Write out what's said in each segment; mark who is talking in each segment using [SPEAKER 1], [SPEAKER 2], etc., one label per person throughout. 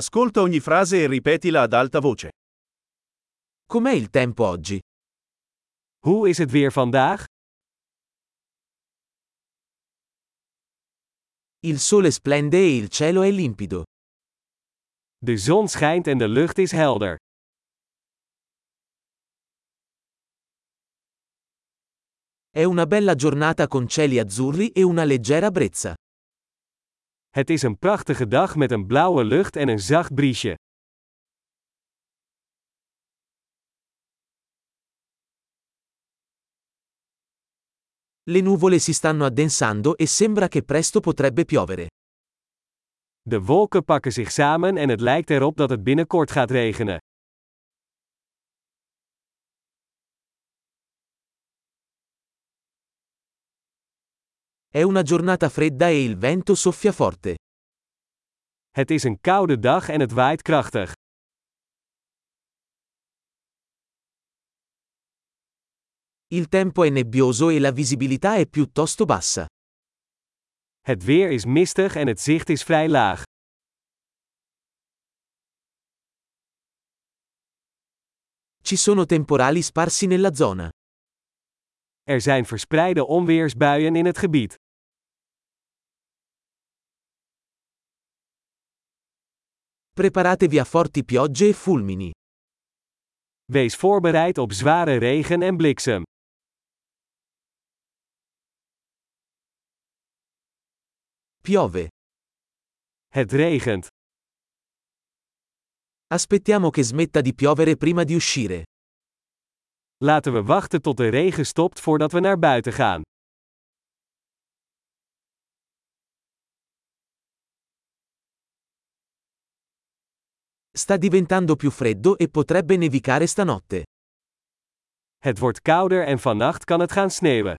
[SPEAKER 1] Ascolta ogni frase e ripetila ad alta voce.
[SPEAKER 2] Com'è il tempo oggi?
[SPEAKER 3] Hoe is het weer vandaag?
[SPEAKER 2] Il sole splende e il cielo è limpido.
[SPEAKER 3] De zon schijnt en de lucht is helder.
[SPEAKER 2] È una bella giornata con cieli azzurri e una leggera brezza.
[SPEAKER 3] Het is een prachtige dag met een blauwe lucht en een zacht briesje.
[SPEAKER 2] Le nuvole si stanno addensando e sembra che presto potrebbe piovere.
[SPEAKER 3] De wolken pakken zich samen en het lijkt erop dat het binnenkort gaat regenen.
[SPEAKER 2] È una giornata fredda e il vento soffia forte.
[SPEAKER 3] Het is een koude dag en het waait krachtig.
[SPEAKER 2] Il tempo è nebbioso e la visibilità è piuttosto bassa.
[SPEAKER 3] Het weer is mistig en het zicht is vrij laag.
[SPEAKER 2] Ci sono temporali sparsi nella zona.
[SPEAKER 3] Er zijn verspreide onweersbuien in het gebied.
[SPEAKER 2] Preparatevi a forti piogge e fulmini.
[SPEAKER 3] Wees voorbereid op zware regen en bliksem.
[SPEAKER 2] Piove.
[SPEAKER 3] Het regent.
[SPEAKER 2] Aspettiamo che smetta di piovere prima di uscire.
[SPEAKER 3] Laten we wachten tot de regen stopt voordat we naar buiten gaan.
[SPEAKER 2] Sta diventando più freddo e potrebbe nevicare stanotte.
[SPEAKER 3] Het wordt kouder en vannacht kan het gaan sneeuwen.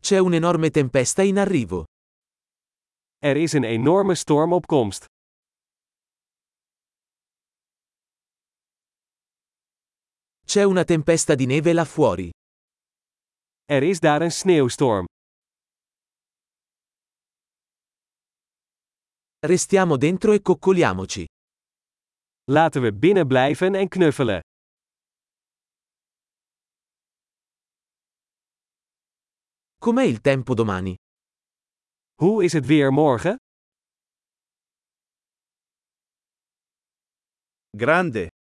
[SPEAKER 2] C'è un'enorme tempesta in arrivo.
[SPEAKER 3] Er is een enorme storm op komst.
[SPEAKER 2] C'è una tempesta di neve là fuori.
[SPEAKER 3] Er is daar een sneeuwstorm.
[SPEAKER 2] Restiamo dentro e coccoliamoci.
[SPEAKER 3] Laten we binnen blijven en knuffelen.
[SPEAKER 2] Com'è il tempo domani?
[SPEAKER 3] Hoe is het weer morgen?
[SPEAKER 1] Grande,